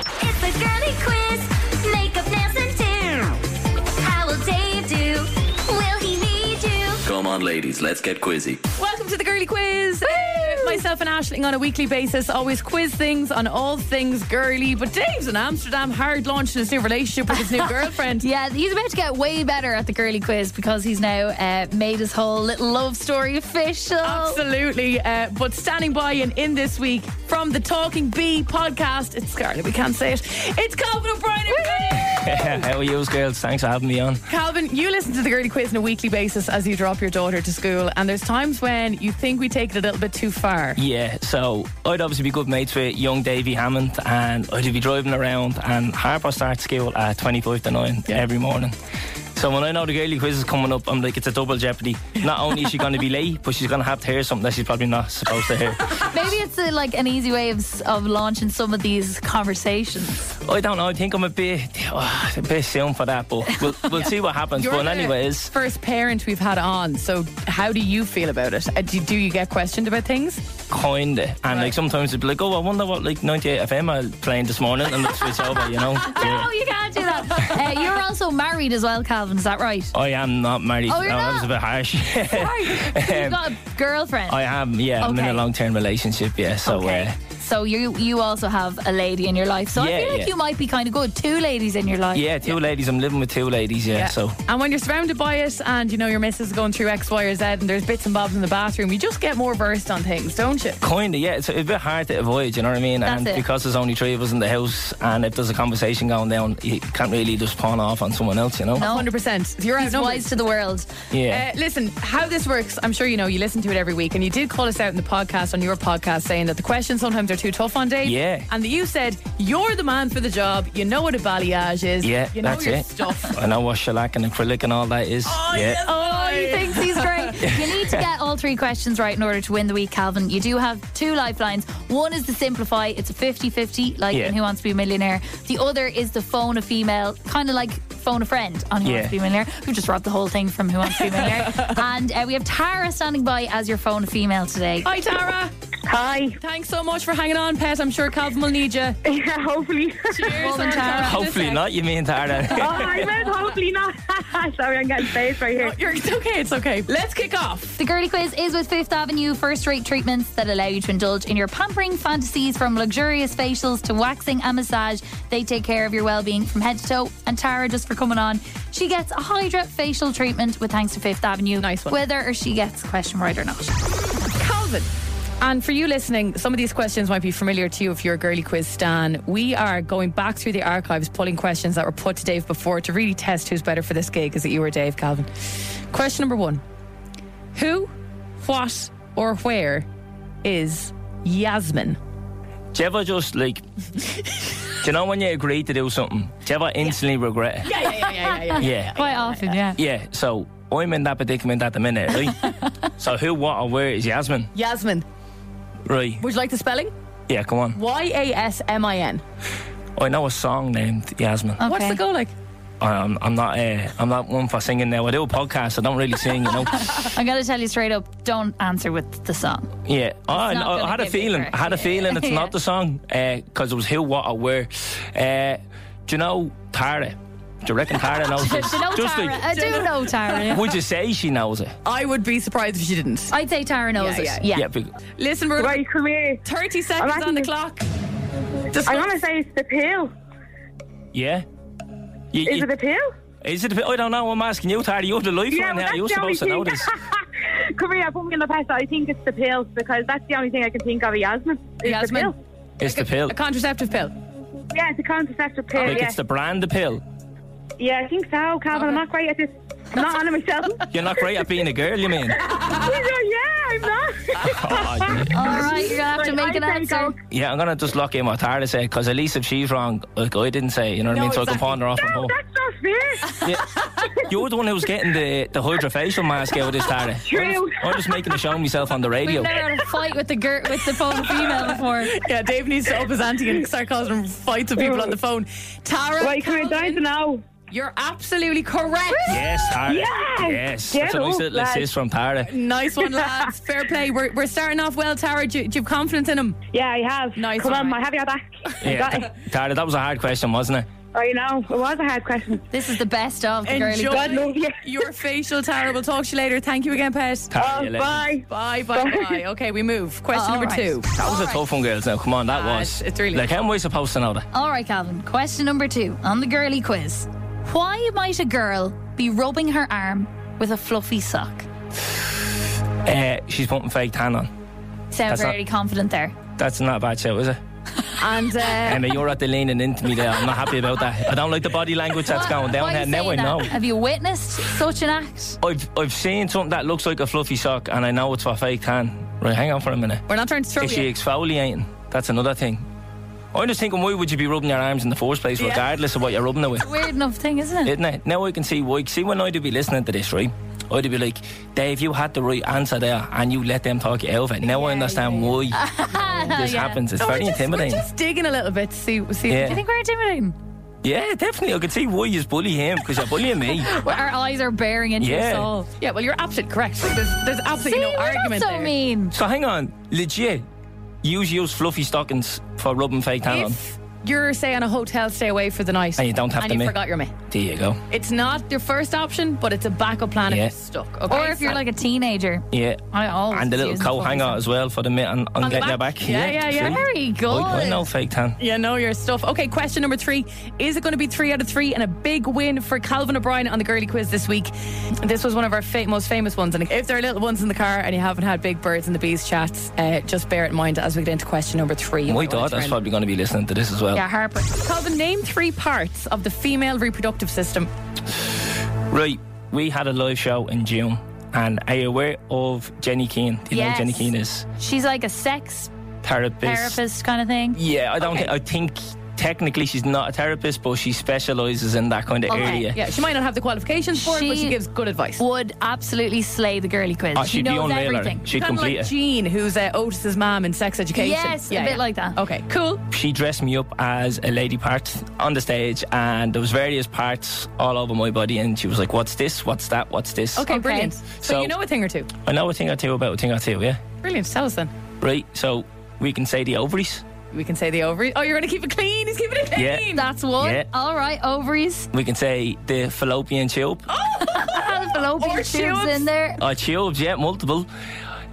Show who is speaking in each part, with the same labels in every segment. Speaker 1: a girly quiz. Makeup, nails, and do. How will Dave do? Will he need you?
Speaker 2: Come on, ladies, let's get quizzy.
Speaker 3: Welcome to the Girly Quiz. Uh, myself and Ashling on a weekly basis always quiz things on all things girly. But Dave's in Amsterdam, hard launching his new relationship with his new girlfriend.
Speaker 4: Yeah, he's about to get way better at the girly quiz because he's now uh, made his whole little love story official.
Speaker 3: Absolutely. Uh, but standing by and in this week from the Talking Bee podcast, it's Scarlett, we can't say it. It's Calvin O'Brien. everybody.
Speaker 5: How are you, girls? Thanks for having me on.
Speaker 3: Calvin, you listen to the Girly Quiz on a weekly basis as you drop your daughter to school. And there's times when you think we take it a little bit too far.
Speaker 5: Yeah, so I'd obviously be good mates with young Davy Hammond, and I'd be driving around. And Harper starts school at twenty five to nine every morning. So when I know the girly quiz is coming up, I'm like, it's a double jeopardy. Not only is she going to be late, but she's going to have to hear something that she's probably not supposed to hear.
Speaker 4: Maybe it's uh like an easy way of, s- of launching some of these conversations.
Speaker 5: I don't know. I think I'm a bit, oh, a bit soon for that, but we'll, we'll see what happens.
Speaker 3: You're
Speaker 5: but
Speaker 3: the
Speaker 5: anyways,
Speaker 3: first parent we've had on. So, how do you feel about it? Uh, Do, do you get questioned about things?
Speaker 5: kinda. And like sometimes it'd be like, oh, I wonder what like 98 FM are playing this morning, and it's switch over, you know. Yeah.
Speaker 4: No, Oh, you can't do that. uh, you're also married as well, Calvin. Is that right?
Speaker 5: I am not married.
Speaker 4: Oh, you're
Speaker 5: no, that was
Speaker 4: not?
Speaker 5: a bit harsh.
Speaker 4: You've got a girlfriend.
Speaker 5: Um, I am, yeah. I'm in
Speaker 4: Okay.
Speaker 5: a long term relationship, yeah. So, uh,
Speaker 4: Okay. So you you also have a lady in your life. So I
Speaker 5: Yeah,
Speaker 4: feel like
Speaker 5: yeah.
Speaker 4: you might be kind of good. Two ladies in your
Speaker 5: uh,
Speaker 4: life.
Speaker 5: yeah, two ladies. I'm living with two ladies, yeah. So,
Speaker 3: And when you're surrounded by it and you know your missus is going through X, Y, or Z and there's bits and bobs in the bathroom, you just get more versed on things, don't you?
Speaker 5: kind of, yeah. It's a bit hard to avoid, you know what I mean?
Speaker 4: That's
Speaker 5: and
Speaker 4: it.
Speaker 5: because there's only three of us in the house, and if there's a conversation going down, you can't really just pawn off on someone else, you know?
Speaker 4: No.
Speaker 3: 100%. You're
Speaker 4: He's
Speaker 3: outnumbered.
Speaker 4: wise to the world.
Speaker 5: Yeah.
Speaker 3: Uh, listen, how this works, I'm sure you know, you listen to it every week, and you did call us out in the podcast, on your podcast, saying that the questions sometimes are too tough on Dave.
Speaker 5: Yeah.
Speaker 3: And that you said, you're the man for the job, you know what a balayage is,
Speaker 5: yeah,
Speaker 3: you know
Speaker 5: that's
Speaker 3: your
Speaker 5: it.
Speaker 3: stuff.
Speaker 5: I know what shellac and acrylic and all that is.
Speaker 3: Oh,
Speaker 5: yeah.
Speaker 3: yes,
Speaker 4: Uh, Oh,
Speaker 3: boy.
Speaker 4: he thinks he's great. You need to get all three questions right in order to win the week, Calvin. You do have two lifelines. One is the simplify, it's a 50 50, like
Speaker 5: Yeah.
Speaker 4: in Who Wants to Be a Millionaire. The other is the phone a female, kind of like phone a friend on Who
Speaker 5: Yeah.
Speaker 4: Wants to Be a Millionaire. We've just robbed the whole thing from Who Wants to Be a Millionaire. and uh, we have Tara standing by as your phone a female today.
Speaker 3: Hi, Tara.
Speaker 6: Hi.
Speaker 3: Thanks so much for hanging on, Pet. I'm sure Calvin will need you.
Speaker 6: Yeah, hopefully.
Speaker 3: Cheers,
Speaker 4: Well done, Tara.
Speaker 5: Hopefully not, you mean,
Speaker 6: oh,
Speaker 5: Tara?
Speaker 6: I meant hopefully not. Sorry, I'm getting space right here.
Speaker 3: You're, it's okay, it's okay. Let's kick off.
Speaker 4: The Girly Quiz is with Fifth Avenue first rate treatments that allow you to indulge in your pampering fantasies from luxurious facials to waxing and massage. They take care of your well being from head to toe. And Tara, just for coming on, she gets a Hydra facial treatment with thanks to Fifth Avenue.
Speaker 3: Nice one.
Speaker 4: Whether or she gets the question right or not.
Speaker 3: Calvin. And for you listening, some of these questions might be familiar to you if you're a girly quiz stan. We are going back through the archives, pulling questions that were put to Dave before to really test who's better for this gig. Is it you or Dave, Calvin? Question number one Who, what, or where is Yasmin?
Speaker 5: Do you ever just like, do you know when you agree to do something? Do you ever instantly regret it?
Speaker 3: Yeah, yeah, yeah, yeah, yeah.
Speaker 5: yeah.
Speaker 4: Quite often, yeah.
Speaker 5: Yeah, so I'm in that predicament at the minute, right? so who, what, or where is Yasmin?
Speaker 3: Yasmin.
Speaker 5: Right.
Speaker 3: Would you like the spelling?
Speaker 5: Yeah, come on.
Speaker 3: Y A S M I N.
Speaker 5: I know a song named Yasmin. I,
Speaker 3: What's
Speaker 4: Okay.
Speaker 3: the goal like?
Speaker 5: I'm, I'm not. Uh, I'm not one for singing now. I do a podcast. I don't really sing, you know.
Speaker 4: I'm going to tell you straight up don't answer with the song.
Speaker 5: Yeah. Oh, I,
Speaker 4: not
Speaker 5: I
Speaker 4: gonna
Speaker 5: had a
Speaker 4: give you
Speaker 5: feeling.
Speaker 4: correct,
Speaker 5: I had a
Speaker 4: yeah.
Speaker 5: feeling it's
Speaker 4: Yeah.
Speaker 5: not the song because it was who, what, or where. Uh, do you know Tara? Do you reckon Tara knows this?
Speaker 4: Do you know
Speaker 5: Just
Speaker 4: Tara?
Speaker 5: like-
Speaker 4: I do know Tara. yeah.
Speaker 5: would you say she knows it?
Speaker 3: I would be surprised if she didn't.
Speaker 4: I'd say Tara knows
Speaker 3: Yeah,
Speaker 4: it.
Speaker 3: yeah.
Speaker 4: Yeah.
Speaker 5: Yeah. be-
Speaker 3: Listen, we're
Speaker 6: Right, come here.
Speaker 3: 30 seconds on the
Speaker 6: actually-
Speaker 3: clock.
Speaker 6: I want to say it's the pill.
Speaker 5: yeah. You-
Speaker 6: Is
Speaker 5: you-
Speaker 6: it the pill?
Speaker 5: is it? I don't know. I'm asking you, Tara. You're the
Speaker 6: Yeah,
Speaker 5: lifeline
Speaker 6: well,
Speaker 5: now.
Speaker 6: that's
Speaker 5: You're
Speaker 6: the
Speaker 5: supposed to know
Speaker 6: only thing.
Speaker 5: this.
Speaker 6: Come here, put me in the past. I think it's the pill because that's the only thing I can think of. Yasmin. It's
Speaker 3: Yasmin.
Speaker 6: The pill.
Speaker 5: It's the pill.
Speaker 3: A contraceptive pill.
Speaker 6: Yeah, it's a contraceptive pill.
Speaker 5: Like
Speaker 6: yeah.
Speaker 5: it's the brand, the pill.
Speaker 6: yeah, I think so, Calvin. I'm not great at this. I'm not on it myself.
Speaker 5: You're not great at being a girl, you mean?
Speaker 6: yeah, I'm not.
Speaker 5: Oh,
Speaker 4: All right, you're going to have to
Speaker 6: Right,
Speaker 4: make an
Speaker 6: I think
Speaker 4: answer.
Speaker 5: yeah, I'm gonna just lock in what Tara said because at least if she's wrong, like I didn't say, you know what I
Speaker 3: No,
Speaker 5: mean, so I can
Speaker 3: exactly.
Speaker 5: pawn her off at
Speaker 6: no,
Speaker 5: home.
Speaker 6: that's not fair.
Speaker 5: Yeah. You're the one who's getting the the hydrofacial mask out of this Tara.
Speaker 6: True.
Speaker 5: I'm just making a show of myself on the
Speaker 4: We've
Speaker 5: radio.
Speaker 4: never had a fight with the gir- with the phone female before.
Speaker 3: Yeah, Dave needs to up his ante and start causing fights with people on the phone. Tara,
Speaker 6: Right, come here,
Speaker 3: Calvin,
Speaker 6: down to now.
Speaker 3: You're absolutely correct.
Speaker 5: Yes, Tara.
Speaker 6: Yes!
Speaker 5: Yes.
Speaker 6: Get
Speaker 5: That's a nice
Speaker 6: up,
Speaker 5: little
Speaker 6: lad.
Speaker 5: assist from Tara.
Speaker 3: Nice one, lads. Fair play. We're, we're starting off well, Tara. Do, you- do you have confidence in him?
Speaker 6: Yeah, I have.
Speaker 3: Nice
Speaker 6: Come
Speaker 3: one,
Speaker 6: on,
Speaker 3: right.
Speaker 6: I have your back.
Speaker 5: Yeah,
Speaker 6: Got
Speaker 5: Ta-
Speaker 6: it.
Speaker 5: Tara, that was a hard question, wasn't it?
Speaker 6: I know. It was a hard question.
Speaker 4: This is the best of the girly
Speaker 3: Enjoy
Speaker 6: God love you.
Speaker 3: your facial, Tara. We'll talk to you later. Thank you again, Pet.
Speaker 5: Tara,
Speaker 6: Oh,
Speaker 5: you legend.
Speaker 6: bye.
Speaker 3: Bye, bye,
Speaker 6: Bye.
Speaker 3: bye. Okay, we move. Question
Speaker 4: Oh,
Speaker 3: number two.
Speaker 4: alright.
Speaker 5: That was a tough one, girls. Now, come on, that
Speaker 3: Ah,
Speaker 5: was.
Speaker 3: it's- it's really-
Speaker 5: Like, how am I supposed to know that?
Speaker 4: All right, Calvin. Question number two on the girly quiz. Why might a girl be rubbing her arm with a fluffy sock?
Speaker 5: Uh, she's putting fake tan on.
Speaker 4: Sound
Speaker 5: That's not-
Speaker 4: very confident there.
Speaker 5: That's not a bad show, is it?
Speaker 3: And uh,
Speaker 5: Emma, you're at the leaning into me there. I'm not happy about that. I don't like the body language that's
Speaker 4: Why-
Speaker 5: going
Speaker 4: why
Speaker 5: down
Speaker 4: are you
Speaker 5: there. Now I
Speaker 4: saying
Speaker 5: know.
Speaker 4: that? Have you witnessed such an act?
Speaker 5: I've I've seen something that looks like a fluffy sock, and I know it's for fake tan. Right, hang on for a minute.
Speaker 3: we're not trying
Speaker 4: Oh,
Speaker 3: to throw
Speaker 5: Is
Speaker 3: you.
Speaker 5: she exfoliating? That's another thing. I'm just thinking, why would you be rubbing your arms in the first place, regardless of what you're rubbing it with?
Speaker 4: Weird enough thing, isn't it?
Speaker 5: Isn't it? Now I can see why. See, when I'd be listening to this, right? I'd be like, Dave, you had the right answer there, and you let them talk you over. it. Now I understand why this happens. It's
Speaker 3: No,
Speaker 5: very
Speaker 3: we're just-
Speaker 5: intimidating.
Speaker 3: We're just digging a little bit to see. see
Speaker 5: Yeah.
Speaker 4: Do you think we're intimidating?
Speaker 5: Yeah, definitely. I can see why you bully him because you're bullying me.
Speaker 4: Our eyes are bearing into
Speaker 5: Yeah.
Speaker 4: your soul.
Speaker 3: Yeah, well, you're absolutely correct. Like, There's, there's absolutely
Speaker 4: See,
Speaker 3: no
Speaker 4: we're
Speaker 3: argument
Speaker 4: not so
Speaker 3: there.
Speaker 4: mean.
Speaker 5: So hang on, legit. Use use fluffy stockings for rubbing fake tan on,
Speaker 3: If you're, say, on a hotel stay away for the night
Speaker 5: and you don't have
Speaker 3: and
Speaker 5: to.
Speaker 3: you
Speaker 5: ma-
Speaker 3: forgot your mate,
Speaker 5: There you go.
Speaker 3: it's not your first option, but it's a backup plan
Speaker 5: Yeah.
Speaker 3: if you're stuck. Okay?
Speaker 4: Or if you're like a teenager.
Speaker 5: Yeah.
Speaker 4: I always
Speaker 5: And the little
Speaker 4: use the
Speaker 5: coat
Speaker 4: fluffy
Speaker 5: hanger
Speaker 4: sock.
Speaker 5: as well for the mitt and, and
Speaker 3: On the
Speaker 5: getting
Speaker 3: back.
Speaker 5: your back.
Speaker 3: Yeah, yeah, yeah.
Speaker 5: see?
Speaker 4: Very good.
Speaker 5: I, I know fake tan.
Speaker 3: You know your stuff. Okay, question number three. Is it going to be three out of three and a big win for Calvin O'Brien on the girly quiz this week? This was one of our fa- most famous ones. And if there are little ones in the car and you haven't had big birds and the bees chats, uh, just bear it in mind as we get into question number three.
Speaker 5: My daughter's probably going to be listening to this as well.
Speaker 4: Yeah, Harper.
Speaker 3: Calvin, name three parts of the female reproductive system.
Speaker 5: Right, we had a live show in June, and are you aware of Jenny Keane? Do you know
Speaker 4: Yes.
Speaker 5: who Jenny Keane is?
Speaker 4: She's like a sex
Speaker 5: Therapist.
Speaker 4: therapist kind of thing.
Speaker 5: Yeah, I don't. thi- I think technically she's not a therapist, but she specialises in that kind of
Speaker 4: Okay,
Speaker 5: area.
Speaker 3: Yeah, she might not have the qualifications for it, but she
Speaker 4: She-
Speaker 3: gives good advice.
Speaker 4: Would absolutely slay the girly quiz.
Speaker 5: Oh,
Speaker 4: she
Speaker 5: she'd be
Speaker 4: knows
Speaker 5: unreal.
Speaker 4: everything.
Speaker 5: Her. She'd
Speaker 3: kind of
Speaker 5: complete
Speaker 3: like
Speaker 5: it.
Speaker 3: Jean, who's uh, Otis's mom in sex education.
Speaker 4: Yes, a bit like that.
Speaker 3: Okay, cool.
Speaker 5: She dressed me up as a lady part on the stage, and there was various parts all over my body. And she was like, "What's this? What's that? What's this?"
Speaker 3: Okay,
Speaker 4: Okay.
Speaker 3: brilliant. So,
Speaker 5: So-
Speaker 3: you know a thing or two.
Speaker 5: I know a thing or two about a thing or two. Yeah,
Speaker 3: Brilliant. Tell us then.
Speaker 5: right. So we can say the ovaries.
Speaker 3: We can say the ovaries. Oh, you're going to keep it clean. He's keeping it
Speaker 5: Yeah.
Speaker 3: clean.
Speaker 4: That's one.
Speaker 5: Yeah.
Speaker 4: All right, ovaries.
Speaker 5: We can say the fallopian tube.
Speaker 4: Fallopian
Speaker 3: Or
Speaker 4: tubes
Speaker 3: tubes.
Speaker 4: in there.
Speaker 5: Oh, tubes. Yeah, multiple.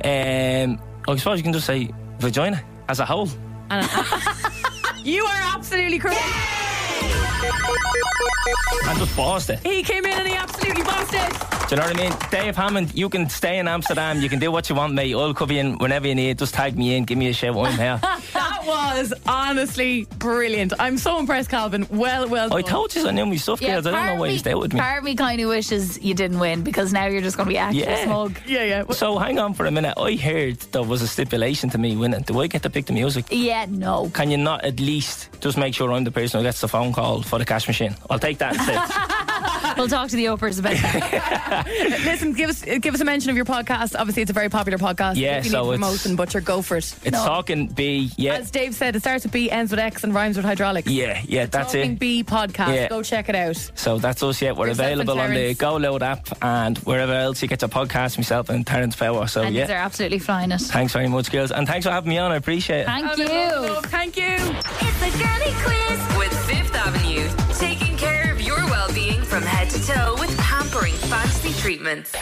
Speaker 5: Um, I suppose you can just say vagina as a whole.
Speaker 3: You are absolutely correct.
Speaker 5: And just pause it.
Speaker 3: He came in and he absolutely bossed it.
Speaker 5: Do you know what I mean? Dave Hammond, you can stay in Amsterdam. You can do what you want, mate. I'll cover you in whenever you need. Just tag me in. Give me a shout. I'm here.
Speaker 3: That was honestly brilliant. I'm so impressed, Calvin. Well, well. done.
Speaker 5: I Oh, told you I knew my stuff, kids. I don't
Speaker 4: part
Speaker 5: know
Speaker 4: of
Speaker 5: why you
Speaker 4: me-
Speaker 5: stay with me.
Speaker 4: Part of me kind of wishes you didn't win because now you're just going to be actually
Speaker 5: Yeah.
Speaker 4: smug.
Speaker 3: Yeah, yeah. Well,
Speaker 5: So hang on for a minute. I heard there was a stipulation to me winning. Do I get to pick the music?
Speaker 4: Yeah, no.
Speaker 5: Can you not at least just make sure I'm the person who gets the phone call for the cash machine? I'll take that instead.
Speaker 4: We'll talk to the Oprahs about that.
Speaker 3: Listen, give us give us a mention of your podcast. Obviously, it's a very popular podcast.
Speaker 5: Yeah,
Speaker 3: if you
Speaker 5: so
Speaker 3: need
Speaker 5: it's-
Speaker 3: promotion, butcher, go for it.
Speaker 5: it's talking B. Yeah,
Speaker 3: As Dave said, it starts with B, ends with X, and rhymes with hydraulics.
Speaker 5: yeah, yeah. That's
Speaker 3: Talking
Speaker 5: it.
Speaker 3: B podcast.
Speaker 5: Yeah.
Speaker 3: Go check it out.
Speaker 5: So that's us. Yeah, we're
Speaker 3: Yourself and
Speaker 5: available on the
Speaker 3: Terrence.
Speaker 5: Go Load app and wherever else you get your podcast. Myself and Terrence Power. So
Speaker 4: And
Speaker 5: Oh, yeah.
Speaker 4: they're absolutely flying it.
Speaker 5: Thanks very much, girls, and thanks for having me on. I appreciate it.
Speaker 4: Thank
Speaker 3: Calvin, love,
Speaker 4: you.
Speaker 3: love, Thank you.
Speaker 1: It's a girly quiz.
Speaker 7: With Fifth Avenue, taking care of your well being from head to toe with pampering fancy treatments.